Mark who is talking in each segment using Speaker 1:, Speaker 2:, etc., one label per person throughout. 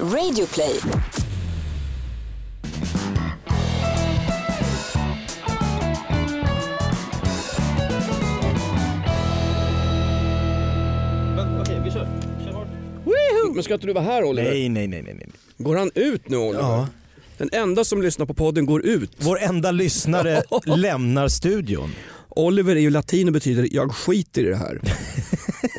Speaker 1: Radioplay.
Speaker 2: Men, Okej, vi kör. Kör hårt.
Speaker 3: Men ska inte du vara här Oliver?
Speaker 4: Nej, nej, nej, nej. nej.
Speaker 3: Går han ut nu Oliver?
Speaker 4: Ja.
Speaker 3: Den enda som lyssnar på podden går ut.
Speaker 4: Vår enda lyssnare lämnar studion.
Speaker 3: Oliver är ju latin och betyder jag skiter i det här.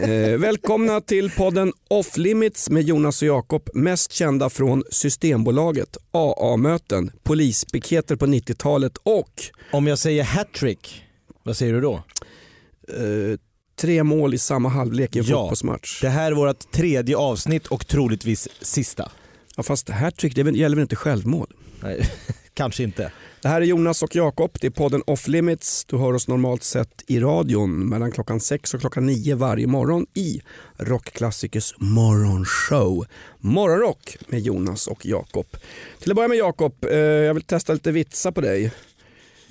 Speaker 3: eh, välkomna till podden Off Limits med Jonas och Jakob, mest kända från Systembolaget, AA-möten, polispiketer på 90-talet och
Speaker 4: Om jag säger hattrick, vad säger du då?
Speaker 3: eh, tre mål i samma halvlek i en
Speaker 4: Ja.
Speaker 3: fotbollsmatch.
Speaker 4: Det här är vårt tredje avsnitt och troligtvis sista.
Speaker 3: Ja, fast hattrick det är väl- gäller väl inte självmål?
Speaker 4: Nej, kanske inte.
Speaker 3: Det här är Jonas och Jakob, det är podden Off Limits. Du hör oss normalt sett i radion mellan klockan sex och klockan nio varje morgon i Rockklassikers morgonshow Morgonrock med Jonas och Jakob. Till att börja med Jakob, eh, jag vill testa lite vitsar på dig.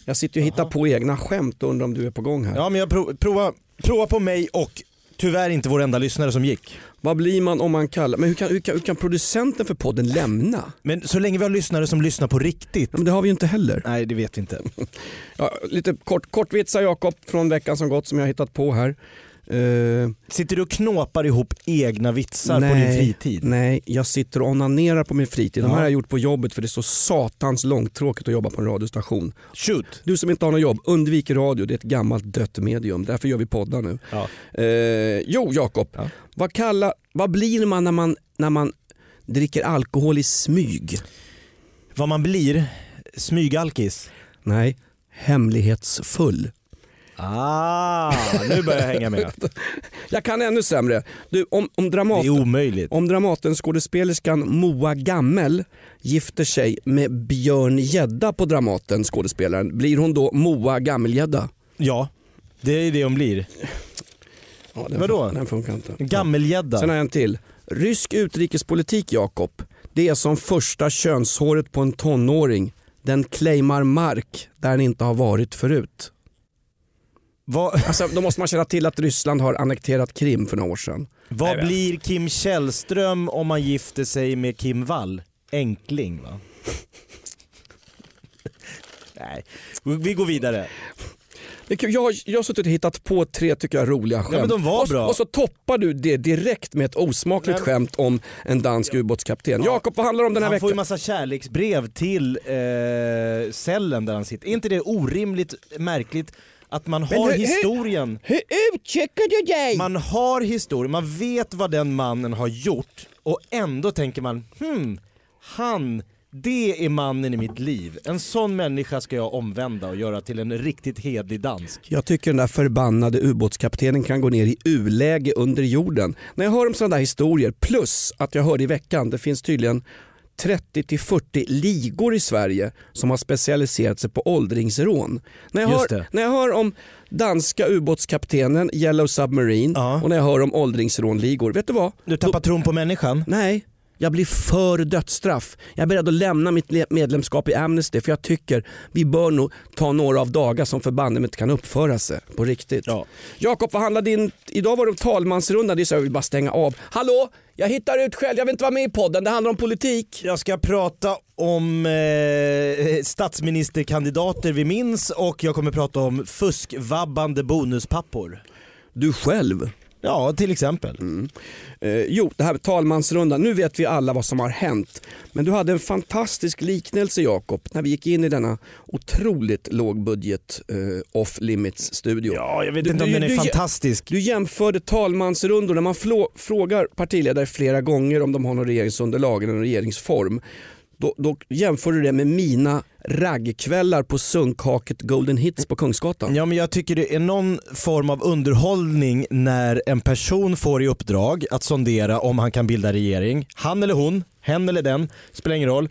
Speaker 3: Jag sitter ju och hittar på egna skämt och undrar om du är på gång här.
Speaker 4: Ja, men jag prov, prova, prova på mig och tyvärr inte vår enda lyssnare som gick.
Speaker 3: Vad blir man om man kallar... Men hur kan, hur kan, hur kan producenten för podden lämna?
Speaker 4: Men så länge vi har lyssnare som lyssnar på riktigt.
Speaker 3: Ja, men det har vi ju inte heller.
Speaker 4: Nej, det vet vi inte.
Speaker 3: Ja, lite kort, kortvitsar Jakob från veckan som gått som jag har hittat på här. Eh,
Speaker 4: Sitter du och knåpar ihop egna vitsar på din fritid?
Speaker 3: Nej, jag sitter och onanerar på min fritid. De här
Speaker 4: Ja.
Speaker 3: har jag gjort på jobbet för det är så satans långtråkigt att jobba på en radiostation.
Speaker 4: Shoot!
Speaker 3: Du som inte har något jobb, undvik radio. Det är ett gammalt dött medium. Därför gör vi poddar nu.
Speaker 4: Ja.
Speaker 3: Eh, jo, Jakob.
Speaker 4: Ja.
Speaker 3: Vad, kalla- vad blir man när, man när man dricker alkohol i smyg?
Speaker 4: Vad man blir, smygalkis.
Speaker 3: Nej, hemlighetsfull.
Speaker 4: Ah, nu börjar jag hänga med.
Speaker 3: Jag kan ännu sämre. Du, om, om
Speaker 4: Det
Speaker 3: Dramaten...
Speaker 4: är omöjligt.
Speaker 3: Om Dramaten-skådespelerskan Moa Gammel gifter sig med Björn Gedda på Dramaten, skådespelaren, blir hon då Moa Gammelgädda?
Speaker 4: Ja, det är det hon blir.
Speaker 3: Ja, den
Speaker 4: Vadå?
Speaker 3: fun- Den funkar inte. Sen har
Speaker 4: Gammelgädda.
Speaker 3: jag en till. Rysk utrikespolitik, Jakob, det är som första könshåret på en tonåring. Den claimar mark där den inte har varit förut.
Speaker 4: Vad,
Speaker 3: Alltså, då måste man känna till att Ryssland har annekterat Krim för några år sedan.
Speaker 4: vad blir Kim Källström om man gifter sig med Kim Wall? Enkling va? Nej, vi går vidare.
Speaker 3: Det är kul. Jag, har- jag har suttit och hittat på tre tycker jag roliga skämt.
Speaker 4: men de var
Speaker 3: och, så-
Speaker 4: bra.
Speaker 3: och så toppar du det direkt med ett osmakligt
Speaker 4: Nej,
Speaker 3: skämt om en dansk ubåtskapten. Jakob, vad handlar det om den här
Speaker 4: Han får ju
Speaker 3: veckan?
Speaker 4: massa kärleksbrev till eh, cellen där han sitter. Är inte det orimligt märkligt att man har
Speaker 3: hur- hur-
Speaker 4: historien
Speaker 3: Hur uttrycker du dig?
Speaker 4: Man har historia, man vet vad den mannen har gjort och ändå tänker man hmm, han, det är mannen i mitt liv. En sån människa ska jag omvända och göra till en riktigt hedlig dansk.
Speaker 3: Jag tycker den där förbannade ubåtskaptenen kan gå ner i u-läge under jorden. När jag hör om sådana där historier, plus att jag hörde i veckan, det finns tydligen 30-40 ligor i Sverige som har specialiserat sig på åldringsrån. När jag,
Speaker 4: Just
Speaker 3: hör,
Speaker 4: det.
Speaker 3: när jag hör om danska ubåtskaptenen Yellow Submarine
Speaker 4: Ja.
Speaker 3: och när jag hör om åldringsrånligor, vet du vad?
Speaker 4: Du tappar tron på människan.
Speaker 3: Nej, jag blir för dödsstraff. Jag är beredd att lämna mitt le- medlemskap i Amnesty för jag tycker vi bör nog ta några av dagar som förbandet inte kan uppföra sig på riktigt.
Speaker 4: Ja.
Speaker 3: Jakob, vad handlar din... Idag var det om talmansrundan, det är så jag vill bara stänga av. Hallå, jag hittar ut själv, jag vill inte vara med i podden, det handlar om politik.
Speaker 4: Jag ska prata om eh, statsministerkandidater vi minns och jag kommer prata om fuskvabbande bonuspappor.
Speaker 3: Du själv?
Speaker 4: Ja, till exempel.
Speaker 3: Eh, jo, det här med talmansrundan. Nu vet vi alla vad som har hänt. Men du hade en fantastisk liknelse Jakob när vi gick in i denna otroligt lågbudget eh, off limits studio.
Speaker 4: Ja, jag vet
Speaker 3: Du-
Speaker 4: inte om
Speaker 3: du-
Speaker 4: den är
Speaker 3: du-
Speaker 4: fantastisk.
Speaker 3: Du jämförde talmansrundor när man flå- frågar partiledare flera gånger om de har någon regeringsunderlag eller någon regeringsform. Då, då jämför du det med mina raggkvällar på sunkhaket Golden Hits på Kungsgatan.
Speaker 4: Ja men jag tycker det är någon form av underhållning när en person får i uppdrag att sondera om han kan bilda regering. Han eller hon, hen eller den, spelar ingen roll.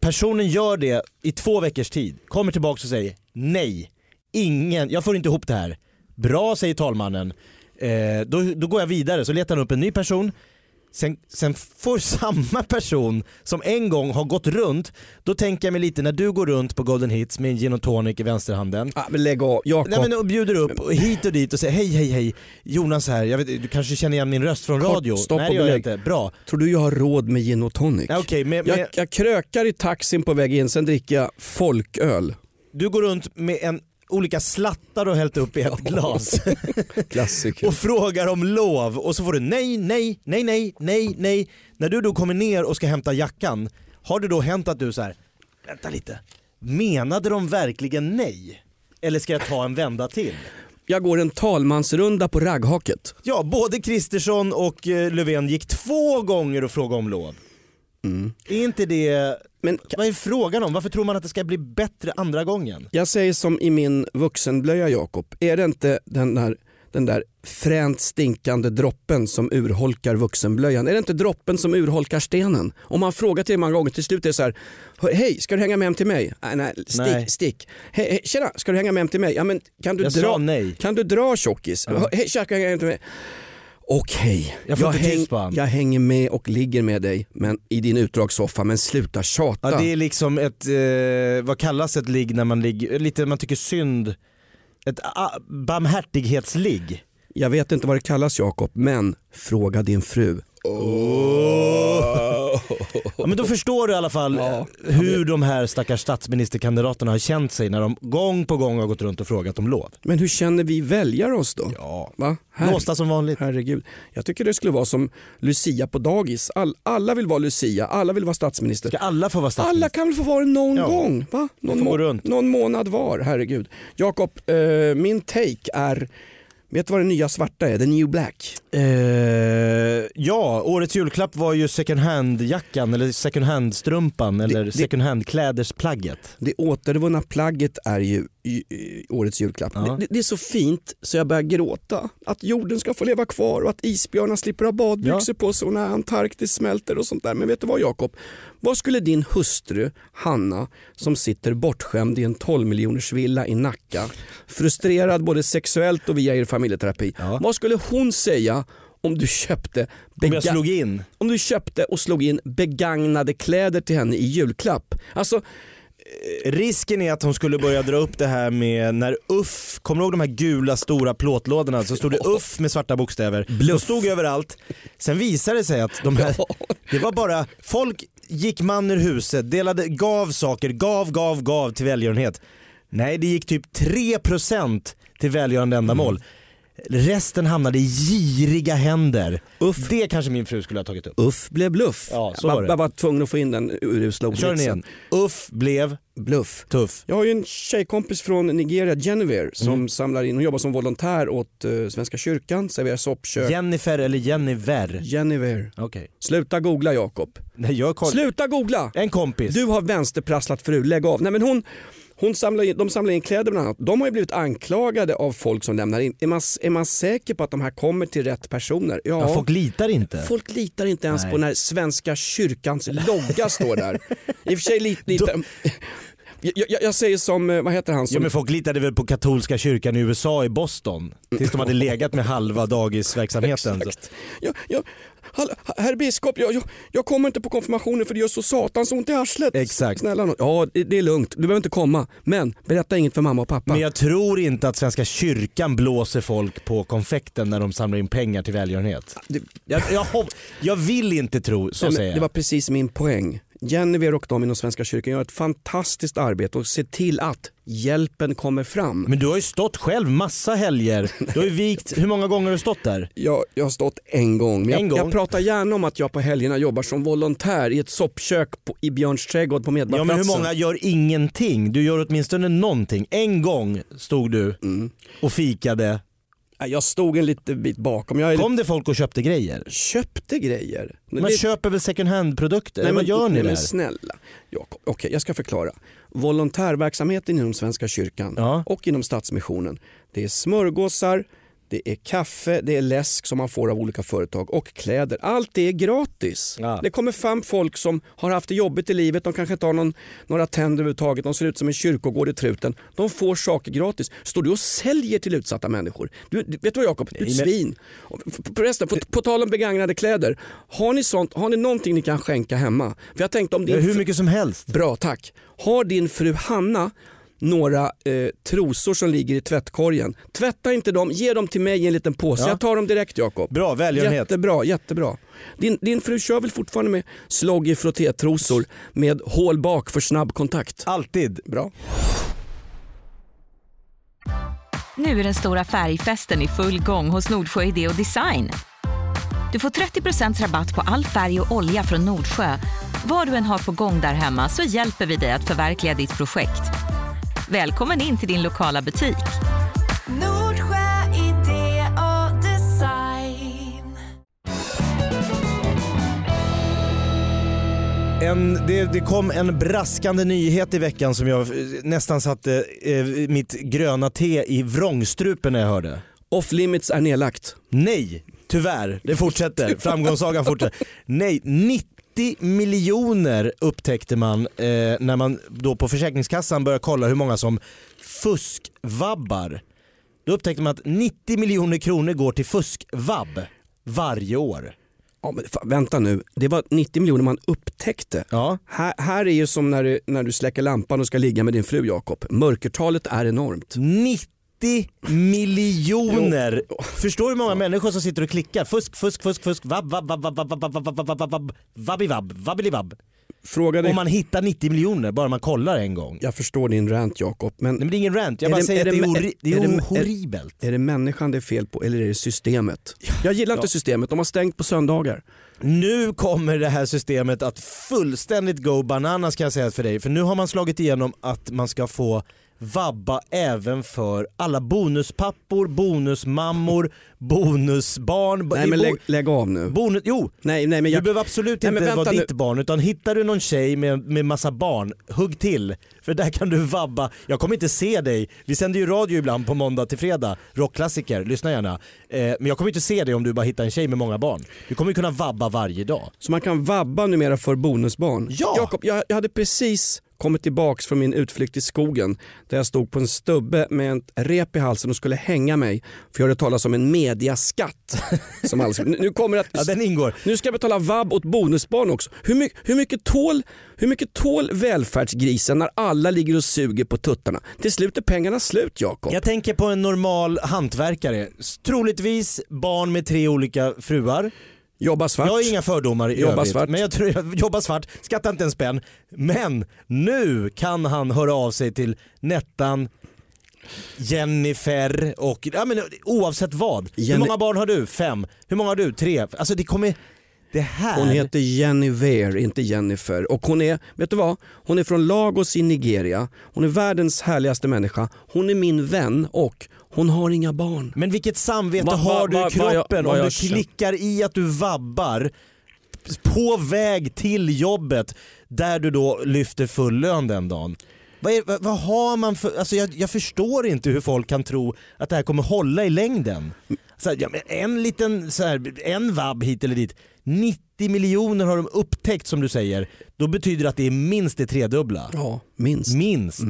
Speaker 4: Personen gör det i två veckors tid, kommer tillbaka och säger nej, ingen, jag får inte ihop det här. Bra säger talmannen. Eh, då, då går jag vidare så letar han upp en ny person. Sen, sen får samma person som en gång har gått runt, då tänker jag mig lite när du går runt på Golden Hits med en gin och tonic i vänsterhanden.
Speaker 3: Ah, men lägg av,
Speaker 4: Nej,
Speaker 3: Jakob.
Speaker 4: men och bjuder upp och hit och dit och säger hej hej hej Jonas här, jag vet, du kanske känner igen min röst från
Speaker 3: Kort
Speaker 4: radio?
Speaker 3: stopp
Speaker 4: Nej
Speaker 3: och
Speaker 4: det gör jag
Speaker 3: belägg.
Speaker 4: inte, bra.
Speaker 3: Tror du jag har råd med gin och tonic?
Speaker 4: Nej, Okej, men, men
Speaker 3: Jag, jag krökar i taxin på väg in, sen dricker jag folköl.
Speaker 4: du går runt med en, olika slattar och hällt upp i ett glas.
Speaker 3: Klassiker.
Speaker 4: och frågar om lov och så får du nej, nej, nej, nej, nej, nej. När du då kommer ner och ska hämta jackan, har det då hänt att du så här, vänta lite, menade de verkligen nej? Eller ska jag ta en vända till?
Speaker 3: Jag går en talmansrunda på ragghaket.
Speaker 4: Ja, både Kristersson och eh, Löfven gick två gånger och frågade om lov. Är inte det,
Speaker 3: Men
Speaker 4: vad är frågan om? Varför tror man att det ska bli bättre andra gången?
Speaker 3: jag säger som i min vuxenblöja Jakob, är det inte den där, den där fränt stinkande droppen som urholkar vuxenblöjan? Är det inte droppen som urholkar stenen? Om man frågar till många gånger, till slut är det så här, hej ska du hänga med hem till mig? Nej, nej stick,
Speaker 4: Nej.
Speaker 3: stick. Hej, hej, tjena, ska du hänga med hem till mig? Ja, men kan du
Speaker 4: Jag
Speaker 3: dra,
Speaker 4: sa nej.
Speaker 3: Kan du dra tjockis? Hej, tjena, ska du hänga hem till mig? Okej,
Speaker 4: Jag får inte tyst på han.
Speaker 3: jag hänger med och ligger med dig men, i din utdragssoffa men sluta tjata.
Speaker 4: Ja, det är liksom ett, eh, vad kallas ett ligg när man ligger, lite man tycker synd, ett ah, barmhärtighetsligg.
Speaker 3: Jag vet inte vad det kallas Jakob, men fråga din fru.
Speaker 4: Oh. Ja, men då förstår du i alla fall
Speaker 3: Ja.
Speaker 4: eh, hur de här stackars statsministerkandidaterna har känt sig när de gång på gång har gått runt och frågat om lov.
Speaker 3: Men hur känner vi väljare oss då?
Speaker 4: Ja.
Speaker 3: Va? Här-
Speaker 4: Låsta som vanligt.
Speaker 3: Herregud. Jag tycker det skulle vara som Lucia på dagis. All, alla vill vara Lucia, alla vill vara statsminister.
Speaker 4: Ska alla få vara
Speaker 3: Alla
Speaker 4: statsminister?
Speaker 3: kan väl få vara det någon
Speaker 4: Ja.
Speaker 3: gång? Va? Någon,
Speaker 4: får gå
Speaker 3: må-
Speaker 4: runt.
Speaker 3: någon månad var, herregud. Jakob, eh, min take är, vet du vad det nya svarta är? The new black.
Speaker 4: Eh, ja, årets julklapp var ju second hand-jackan eller second hand-strumpan eller
Speaker 3: det-
Speaker 4: second hand-klädesplagget.
Speaker 3: Det återvunna plagget är ju i, i, årets julklapp.
Speaker 4: Ja.
Speaker 3: Det- Det, det är så fint så jag börjar gråta. Att jorden ska få leva kvar och att isbjörnar slipper ha badbyxor på sig och när Antarktis smälter och sånt där. Men vet du vad Jakob? Vad skulle din hustru Hanna som sitter bortskämd i en 12 miljoners villa i Nacka, frustrerad både sexuellt och via er familjeterapi.
Speaker 4: Ja.
Speaker 3: Vad skulle hon säga om du köpte
Speaker 4: Om jag
Speaker 3: bega-
Speaker 4: slog in.
Speaker 3: om du köpte och slog in begagnade kläder till henne i julklapp? Alltså,
Speaker 4: Risken är att hon skulle börja dra upp det här med när Uff, kommer du ihåg de här gula stora plåtlådorna? Så stod det Uff med svarta bokstäver. De stod överallt. Sen visade det sig att de här, det var bara, folk gick man ur huset, delade, gav saker, gav, gav, gav till välgörenhet. Nej, det gick typ 3% till välgörande ändamål. Resten hamnade i giriga händer.
Speaker 3: Uff.
Speaker 4: Det kanske min fru skulle ha tagit upp.
Speaker 3: Uff blev bluff.
Speaker 4: Ja, så
Speaker 3: jag
Speaker 4: var
Speaker 3: var,
Speaker 4: det.
Speaker 3: jag var tvungen att få in den urusla
Speaker 4: Kör den
Speaker 3: ordvitsen.
Speaker 4: igen. Uff blev
Speaker 3: Bluff.
Speaker 4: tuff.
Speaker 3: Jag har ju en tjejkompis från Nigeria, Genevieve, som
Speaker 4: Mm.
Speaker 3: samlar in, hon jobbar som volontär åt eh, Svenska kyrkan, serverar soppkök.
Speaker 4: Jennifer eller Jennifer.
Speaker 3: Genevieve.
Speaker 4: Okej.
Speaker 3: Sluta googla Jakob.
Speaker 4: Nej, jag koll-
Speaker 3: Sluta googla!
Speaker 4: En kompis.
Speaker 3: Du har vänsterprasslat förut, lägg av. Nej, men hon, hon samlar in, de samlar in kläder bland annat. De har ju blivit anklagade av folk som lämnar in. Är man, är man säker på att de här kommer till rätt personer? Ja.
Speaker 4: ja, folk litar inte.
Speaker 3: Folk litar inte ens
Speaker 4: Nej.
Speaker 3: på när Svenska kyrkans logga står där. I och för sig lite... lite jag, jag, jag säger som, eh, vad heter han
Speaker 4: Ja,
Speaker 3: som...
Speaker 4: men folk litade väl på katolska kyrkan i USA i Boston tills de hade legat med halva dagisverksamheten. Så-
Speaker 3: Ja, ja, hallå, herr biskop, jag, jag, jag kommer inte på konfirmationen för det gör så satans ont i arslet.
Speaker 4: Exakt.
Speaker 3: Snälla nån. Ja, det, det är lugnt. Du behöver inte komma. Men berätta inget för mamma och pappa.
Speaker 4: Men jag tror inte att Svenska kyrkan blåser folk på konfekten när de samlar in pengar till välgörenhet.
Speaker 3: Det-
Speaker 4: Jag, jag, hopp- jag vill inte tro, så
Speaker 3: Nej, men
Speaker 4: säger
Speaker 3: Det var
Speaker 4: jag.
Speaker 3: precis min poäng. Genevieve och de inom Svenska kyrkan gör ett fantastiskt arbete och ser till att hjälpen kommer fram.
Speaker 4: Men du har ju stått själv massa helger. Du har ju vikt, hur många gånger har du stått där?
Speaker 3: Jag, jag har stått en gång, men jag,
Speaker 4: En gång?
Speaker 3: jag pratar gärna om att jag på helgerna jobbar som volontär i ett soppkök på, i Björns trädgård på
Speaker 4: Ja men
Speaker 3: Medborgarplatsen.
Speaker 4: hur många gör ingenting? Du gör åtminstone någonting. En gång stod du
Speaker 3: Mm.
Speaker 4: och fikade.
Speaker 3: Nej, Jag stod en liten bit bakom, jag är
Speaker 4: Kom det folk och köpte grejer?
Speaker 3: lite- köpte grejer.
Speaker 4: Man
Speaker 3: Det-
Speaker 4: köper väl second hand-produkter?
Speaker 3: Nej,
Speaker 4: Vad
Speaker 3: men,
Speaker 4: gör ni
Speaker 3: nej,
Speaker 4: där?
Speaker 3: men snälla, Jakob. Okej, jag ska förklara. Volontärverksamheten inom Svenska kyrkan
Speaker 4: Ja.
Speaker 3: och inom Stadsmissionen, det är smörgåsar, det är kaffe, det är läsk som man får av olika företag och kläder. Allt det är gratis.
Speaker 4: Ja.
Speaker 3: Det kommer fram folk som har haft det jobbigt i livet, de kanske inte har någon, några tänder överhuvudtaget, de ser ut som en kyrkogård i truten. De får saker gratis. Står du och säljer till utsatta människor? Du, du- vet du vad Jakob? Du är ett
Speaker 4: Nej, men-
Speaker 3: svin. Och f- Förresten, på, på tal om begagnade kläder. Har ni, sånt, har ni någonting ni kan skänka hemma? För jag tänkte om
Speaker 4: Ja,
Speaker 3: din
Speaker 4: hur mycket som helst.
Speaker 3: Bra, tack. Har din fru Hanna några eh, trosor som ligger i tvättkorgen? Tvätta inte dem, ge dem till mig i en liten påse.
Speaker 4: Ja.
Speaker 3: Jag tar dem direkt Jakob.
Speaker 4: Bra, välgörenhet.
Speaker 3: Jättebra, jättebra. Din, din fru kör väl fortfarande med sloggy frottétrosor med hål bak för snabb kontakt?
Speaker 4: Ah. Alltid.
Speaker 3: Bra.
Speaker 1: Nu är den stora färgfesten i full gång hos Nordsjö Idé och Design. Du får 30 rabatt på all färg och olja från Nordsjö. Vad du än har på gång där hemma så hjälper vi dig att förverkliga ditt projekt. Välkommen in till din lokala butik.
Speaker 5: Nordsjö idé och design.
Speaker 4: En, det, det kom en braskande nyhet i veckan som jag eh, nästan satte eh, mitt gröna te i vrångstrupen när jag hörde.
Speaker 3: Off limits är nedlagt.
Speaker 4: Nej, tyvärr. Det fortsätter. Framgångssagan fortsätter. Nej, 90 miljoner upptäckte man eh, när man då på Försäkringskassan började kolla hur många som fuskvabbar. Då upptäckte man att 90 miljoner kronor går till fuskvabb varje år.
Speaker 3: Ja, men fan, vänta nu, det var 90 miljoner man upptäckte.
Speaker 4: Ja.
Speaker 3: Här, här är ju som när du, när du släcker lampan och ska ligga med din fru Jakob. Mörkertalet är enormt.
Speaker 4: 90 miljoner! Förstår du hur många människor som sitter och klickar? Fusk, fusk, fusk, fusk, vabb, vabb, vabb, vabb, vabb, vabb, vabb, vabb, vabb, vabb, vabb, vabb, vabb.
Speaker 3: Fråga dig
Speaker 4: Om man hittar 90 miljoner bara man kollar en gång.
Speaker 3: Jag förstår din rant Jakob,
Speaker 4: Nej,
Speaker 3: men
Speaker 4: men det är ingen rant, jag
Speaker 3: Är
Speaker 4: bara
Speaker 3: det-
Speaker 4: säger
Speaker 3: är
Speaker 4: att det
Speaker 3: det-
Speaker 4: är,
Speaker 3: är-
Speaker 4: horri- det är,
Speaker 3: är det- är-
Speaker 4: horribelt.
Speaker 3: är det människan det är fel på eller är det systemet? Jag gillar inte systemet, de har stängt på söndagar.
Speaker 4: Nu kommer det här systemet att fullständigt go bananas kan jag säga för dig. För nu har man slagit igenom att man ska få vabba även för alla bonuspappor, bonusmammor, bonusbarn.
Speaker 3: Nej men
Speaker 4: bo-
Speaker 3: lägg, lägg av nu.
Speaker 4: bonus- jo,
Speaker 3: Nej, nej, men
Speaker 4: Du
Speaker 3: jag,
Speaker 4: behöver absolut
Speaker 3: Nej, men
Speaker 4: inte
Speaker 3: vänta
Speaker 4: vara
Speaker 3: nu.
Speaker 4: ditt barn utan hittar du någon tjej med, med massa barn, hugg till. För där kan du vabba. Jag kommer inte se dig. Vi sänder ju radio ibland på måndag till fredag, rockklassiker, lyssna gärna. Eh, men jag kommer inte se dig om du bara hittar en tjej med många barn. Du kommer ju kunna vabba varje dag.
Speaker 3: Så man kan vabba numera för bonusbarn.
Speaker 4: Ja!
Speaker 3: Jakob, jag, jag hade precis kommit tillbaks från min utflykt i skogen där jag stod på en stubbe med ett rep i halsen och skulle hänga mig för jag hörde talas om en mediaskatt. som alltså, nu nu kommer att,
Speaker 4: Ja, den ingår.
Speaker 3: Nu ska jag betala vab åt bonusbarn också. Hur, my- hur, mycket tål, hur mycket tål välfärdsgrisen när alla ligger och suger på tuttarna? Till slut är pengarna slut Jakob.
Speaker 4: Jag tänker på en normal hantverkare. S- Troligtvis barn med tre olika fruar.
Speaker 3: Jobba svart.
Speaker 4: Jag har inga fördomar i
Speaker 3: Jobba
Speaker 4: övrigt,
Speaker 3: svart.
Speaker 4: men jag tror jag jobbar svart, skattar inte en spänn. Men nu kan han höra av sig till Nettan, Jennifer och ja, men, oavsett vad. Hur
Speaker 3: Jenny-
Speaker 4: många barn har du? Fem. Hur många har du? Tre. Alltså det kommer, det här.
Speaker 3: Hon heter Jennifer, inte Jennifer. Och hon är, vet du vad? Hon är från Lagos i Nigeria. Hon är världens härligaste människa. Hon är min vän och hon har inga barn.
Speaker 4: Men vilket samvete
Speaker 3: Va- va-
Speaker 4: har du
Speaker 3: va-
Speaker 4: i
Speaker 3: vad
Speaker 4: kroppen
Speaker 3: jag- vad
Speaker 4: om
Speaker 3: jag
Speaker 4: du
Speaker 3: känner.
Speaker 4: klickar i att du vabbar på väg till jobbet där du då lyfter full lön den dagen? Vad, är, vad, vad har man för, alltså jag, jag förstår inte hur folk kan tro att det här kommer hålla i längden. Så här, ja, men en liten, så här, en vabb hit eller dit. 90 miljoner har de upptäckt som du säger. Då betyder det att det är minst det tredubbla.
Speaker 3: Ja, Mm. minst.
Speaker 4: Minst.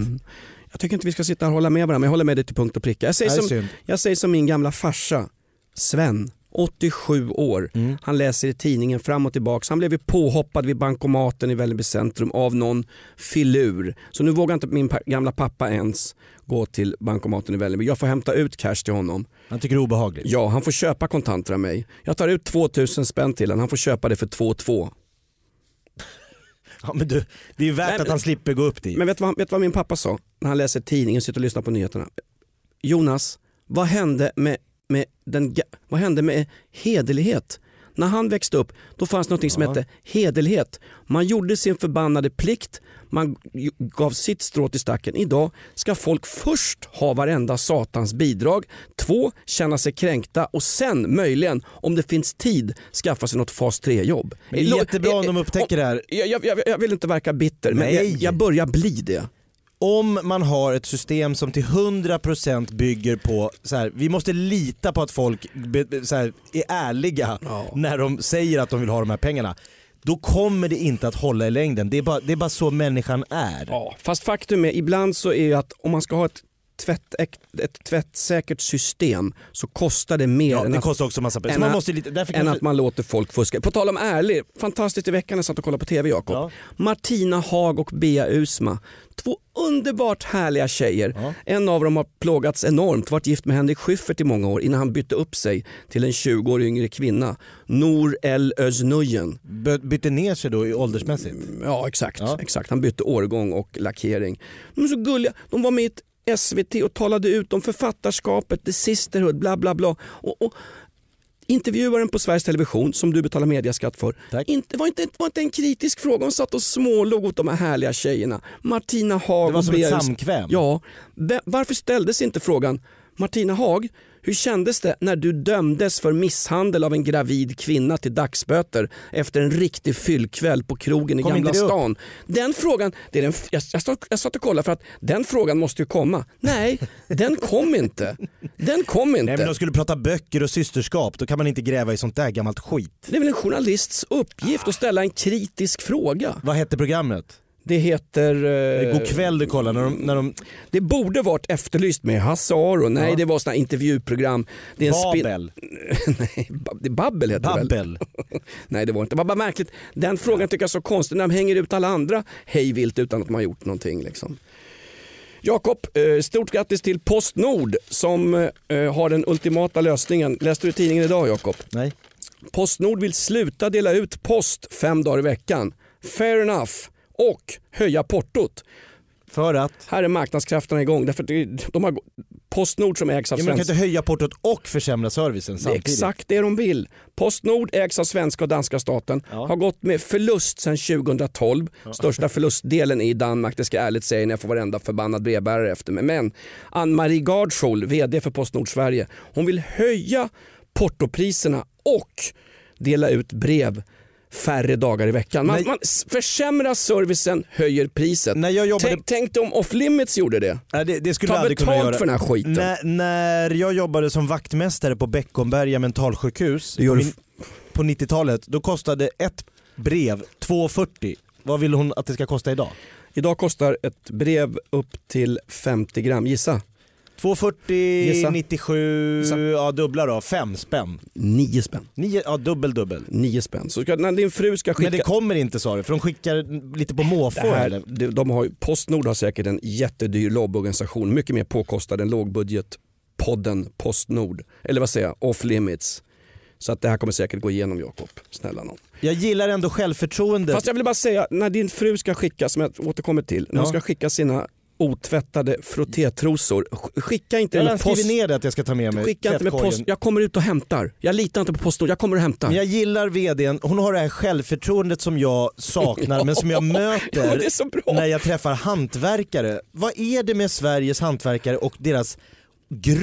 Speaker 3: Jag tycker inte vi ska sitta här och hålla med varandra men jag håller med dig till punkt och pricka. Jag säger,
Speaker 4: Nej,
Speaker 3: som,
Speaker 4: synd.
Speaker 3: jag säger som min gamla farsa, Sven. 87 år.
Speaker 4: Mm.
Speaker 3: Han läser i tidningen fram och tillbaks. Han blev ju påhoppad vid bankomaten i Vällingby centrum av någon filur. Så nu vågar inte min pa- gamla pappa ens gå till bankomaten i Vällingby. Jag får hämta ut cash till honom.
Speaker 4: Han tycker det är obehagligt.
Speaker 3: Ja, han får köpa kontanter av mig. Jag tar ut 2000 spänn till honom. Han får köpa det för 2 2.
Speaker 4: Ja, men du, det är ju värt
Speaker 3: Nej, men-
Speaker 4: att han slipper gå upp dit.
Speaker 3: Men vet du vad, vet du vad min pappa sa när han läser tidningen och sitter och lyssnar på nyheterna? Jonas, vad hände med, med, den, ga- vad hände med hederlighet? När han växte upp då fanns något som hette hederlighet. Man gjorde sin förbannade plikt, man g- gav sitt strå till stacken. Idag ska folk först ha varenda satans bidrag, två, känna sig kränkta och sen möjligen, om det finns tid, skaffa sig något fas 3-jobb.
Speaker 4: Men det är jättebra om de upptäcker det här.
Speaker 3: Jag, jag, jag, jag vill inte verka bitter, men
Speaker 4: Nej.
Speaker 3: jag, jag börjar bli det.
Speaker 4: om man har ett system som till 100% bygger på så här, vi måste lita på att folk be, be, så här, är ärliga
Speaker 3: Ja.
Speaker 4: när de säger att de vill ha de här pengarna. Då kommer det inte att hålla i längden. Det är bara, det är bara så människan är.
Speaker 3: Ja, fast faktum är ibland så är ju att om man ska ha ett, tvätt, ett tvättsäkert system så kostar det mer
Speaker 4: Ja,
Speaker 3: än,
Speaker 4: det
Speaker 3: att,
Speaker 4: kostar också massa pengar. Så
Speaker 3: än
Speaker 4: man
Speaker 3: att-
Speaker 4: måste lite, därför
Speaker 3: än
Speaker 4: kanske,
Speaker 3: att man låter folk fuska. På tal om ärlig, fantastiskt i veckan jag satt och kollade på TV Jakob.
Speaker 4: Ja.
Speaker 3: Martina Haag och Bea Usma. Två underbart härliga tjejer.
Speaker 4: Ja.
Speaker 3: En av dem har plågats enormt, varit gift med Henrik Schyffert i många år innan han bytte upp sig till en 20 år yngre kvinna. Nour El Öznujen.
Speaker 4: by- byter ner sig då i åldersmässigt.
Speaker 3: Ja exakt,
Speaker 4: Ja.
Speaker 3: exakt. Han bytte årgång och lackering. De är så gulliga. De var med i ett SVT och talade ut om författarskapet, The Sisterhood, bla bla bla. Och, och, intervjuaren på Sveriges Television, som du betalar mediaskatt för,
Speaker 4: Tack.
Speaker 3: inte, var, inte, var inte en kritisk fråga. Hon satt och smålog åt de här härliga tjejerna. Martina Haag
Speaker 4: Det var
Speaker 3: och
Speaker 4: som ett
Speaker 3: Bea Us-
Speaker 4: samkväm.
Speaker 3: Ja. Ve- Varför ställdes inte frågan Martina Haag, hur kändes det när du dömdes för misshandel av en gravid kvinna till dagsböter efter en riktig fyllkväll på krogen i
Speaker 4: Kom
Speaker 3: Gamla
Speaker 4: inte det upp?
Speaker 3: stan? Den frågan, det är den, f- jag, jag, stod, jag satt och kollade för att den frågan måste ju komma. Nej, den kom inte. Den kom inte.
Speaker 4: Nej men de skulle prata böcker och systerskap, då kan man inte gräva i sånt där gammalt skit.
Speaker 3: Det är väl en journalists uppgift att ställa en kritisk fråga.
Speaker 4: Vad hette programmet?
Speaker 3: Det heter... eh,
Speaker 4: Igår kväll du kollade när de, när de
Speaker 3: Det borde varit Efterlyst med Hasse Aro. Nej,
Speaker 4: Ja.
Speaker 3: det var såna här intervjuprogram. Det är en spin-
Speaker 4: Babel,
Speaker 3: Nej, Bab- det är Babbel heter det väl?
Speaker 4: Babbel.
Speaker 3: Nej, det var inte. Det var bara märkligt. Den frågan tycker jag är så konstig när de hänger ut alla andra hejvilt utan att de har gjort någonting. Liksom. Jakob, eh, stort grattis till Postnord som eh, har den ultimata lösningen. Läste du tidningen idag Jakob?
Speaker 4: Nej.
Speaker 3: Postnord vill sluta dela ut post fem dagar i veckan. Fair enough. Och höja portot.
Speaker 4: För att?
Speaker 3: Här är marknadskrafterna igång. Därför att det- de har, gå- Postnord som ägs av
Speaker 4: Ja, men man kan
Speaker 3: svensk-
Speaker 4: inte höja portot och försämra servicen
Speaker 3: Det är
Speaker 4: samtidigt.
Speaker 3: exakt det de vill. Postnord ägs av svenska och danska staten.
Speaker 4: Ja.
Speaker 3: Har gått med förlust sedan 2012. Största förlustdelen i Danmark, det ska jag ärligt säga när jag får varenda förbannad brevbärare efter mig. Men Ann-Marie Gardskjold, VD för Postnord Sverige, hon vill höja portopriserna och dela ut brev färre dagar i veckan. Man,
Speaker 4: Nej.
Speaker 3: man s- försämrar servicen, höjer priset.
Speaker 4: När jag jobbade-
Speaker 3: tänk, tänk dig om Off Limits gjorde det.
Speaker 4: Nej, det, det skulle
Speaker 3: Ta
Speaker 4: jag aldrig kunna
Speaker 3: betalt
Speaker 4: göra.
Speaker 3: för den här skiten.
Speaker 4: När, när jag jobbade som vaktmästare på Beckomberga mentalsjukhus
Speaker 3: Det gör
Speaker 4: på,
Speaker 3: du
Speaker 4: min- på 90-talet, då kostade ett brev 2,40. Vad vill hon att det ska kosta idag?
Speaker 3: Idag kostar ett brev upp till 50 gram, gissa.
Speaker 4: 2,40,
Speaker 3: Gissa.
Speaker 4: 97,
Speaker 3: Gissa.
Speaker 4: ja dubbla då, 5 spänn.
Speaker 3: 9 spänn.
Speaker 4: Nio, ja dubbel dubbel.
Speaker 3: nio spänn. Så ska, när din fru ska skicka...
Speaker 4: Men det kommer inte sa du, för de skickar lite på måfå
Speaker 3: det här,
Speaker 4: eller?
Speaker 3: de, de har, ju- Postnord har säkert en jättedyr lobbyorganisation, mycket mer påkostad än lågbudgetpodden Postnord. Eller vad säger jag, off limits. Så att det här kommer säkert gå igenom Jakob, snälla någon.
Speaker 4: Jag gillar ändå självförtroendet.
Speaker 3: Fast jag vill bara säga, när din fru ska skicka, som jag återkommer till, när hon ska
Speaker 4: Ja.
Speaker 3: skicka sina otvättade frottétrosor, sk- skicka inte
Speaker 4: jag
Speaker 3: den
Speaker 4: har
Speaker 3: med
Speaker 4: redan skrivit
Speaker 3: post...
Speaker 4: ner det att jag ska ta med mig
Speaker 3: Skicka inte med
Speaker 4: tvättkorgen.
Speaker 3: post, jag kommer ut och hämtar. Jag litar inte på Postnord, jag kommer och hämtar.
Speaker 4: Men jag gillar vdn, hon har det här självförtroendet som jag saknar men som jag
Speaker 3: Ja,
Speaker 4: möter
Speaker 3: det är så bra.
Speaker 4: när jag träffar hantverkare. Vad är det med Sveriges hantverkare och deras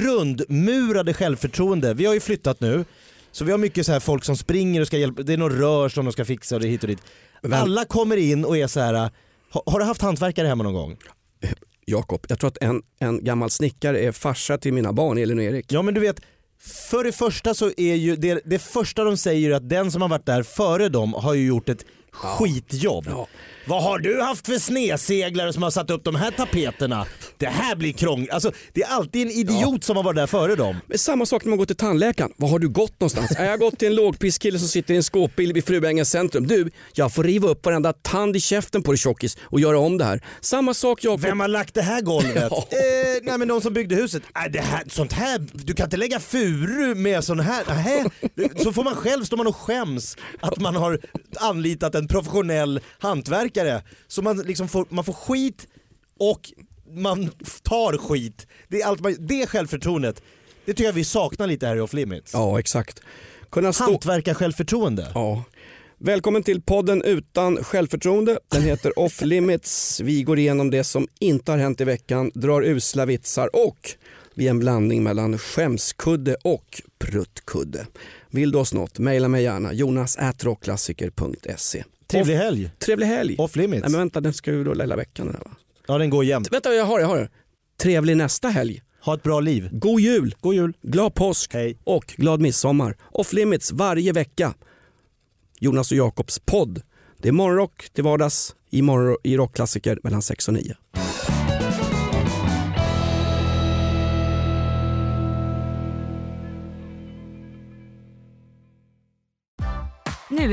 Speaker 4: grundmurade självförtroende? Vi har ju flyttat nu, så vi har mycket så här folk som springer och ska hjälpa, det är något rör som de ska fixa och det är hit och dit. Alla kommer in och är så här. "Ha- har du haft hantverkare hemma någon gång?
Speaker 3: Jakob, jag tror att en, en gammal snickare är farsa till mina barn, Elin och Erik.
Speaker 4: Ja men du vet, för det första så är ju det, det första de säger är att den som har varit där före dem har ju gjort ett skitjobb.
Speaker 3: Ja.
Speaker 4: Vad har du haft för sneseglare som har satt upp de här tapeterna? Det här blir krångligt. Alltså, det är alltid en idiot som har varit där före dem.
Speaker 3: Men samma sak när man går till tandläkaren. Var har du gått någonstans? "Ja, Jag har gått till en lågpriskille som sitter i en skåpbil vid Fruängens centrum. Du, jag får riva upp varenda tand i käften på dig tjockis och göra om det här. Samma sak Jakob.
Speaker 4: Vem har lagt det här golvet?
Speaker 3: Ja.
Speaker 4: eh, nej men de som byggde huset. Nej, det här, sånt här, du kan inte lägga furu med sån här. Nähä. Så får man själv stå man och skäms att man har anlitat en professionell hantverkare. Så man, liksom får, man får skit och man tar skit. Det, är allt man, det självförtroendet, det tycker jag vi saknar lite här i Off Limits.
Speaker 3: Ja, exakt. Kunna stå...
Speaker 4: Hantverkar-självförtroende.
Speaker 3: Ja. Välkommen till podden utan självförtroende. Den heter Off Limits. Vi går igenom det som inte har hänt i veckan, drar usla vitsar och vi är en blandning mellan skämskudde och pruttkudde. Vill du oss något? Mejla mig gärna. Jonas Trevlig
Speaker 4: Trevlig helg.
Speaker 3: helg!
Speaker 4: Off Limits.
Speaker 3: Nej men vänta, den ska ju rulla hela veckan den här va?
Speaker 4: Ja, den går jämnt.
Speaker 3: Vänta, jag har det, jag har det. Trevlig nästa helg.
Speaker 4: Ha ett bra liv.
Speaker 3: God jul,
Speaker 4: God jul.
Speaker 3: glad påsk
Speaker 4: Hej.
Speaker 3: och glad midsommar. Off limits varje vecka. Jonas och Jakobs podd. Det är morgonrock till vardags i, morgon, i rockklassiker mellan 6 och 9.
Speaker 1: Nu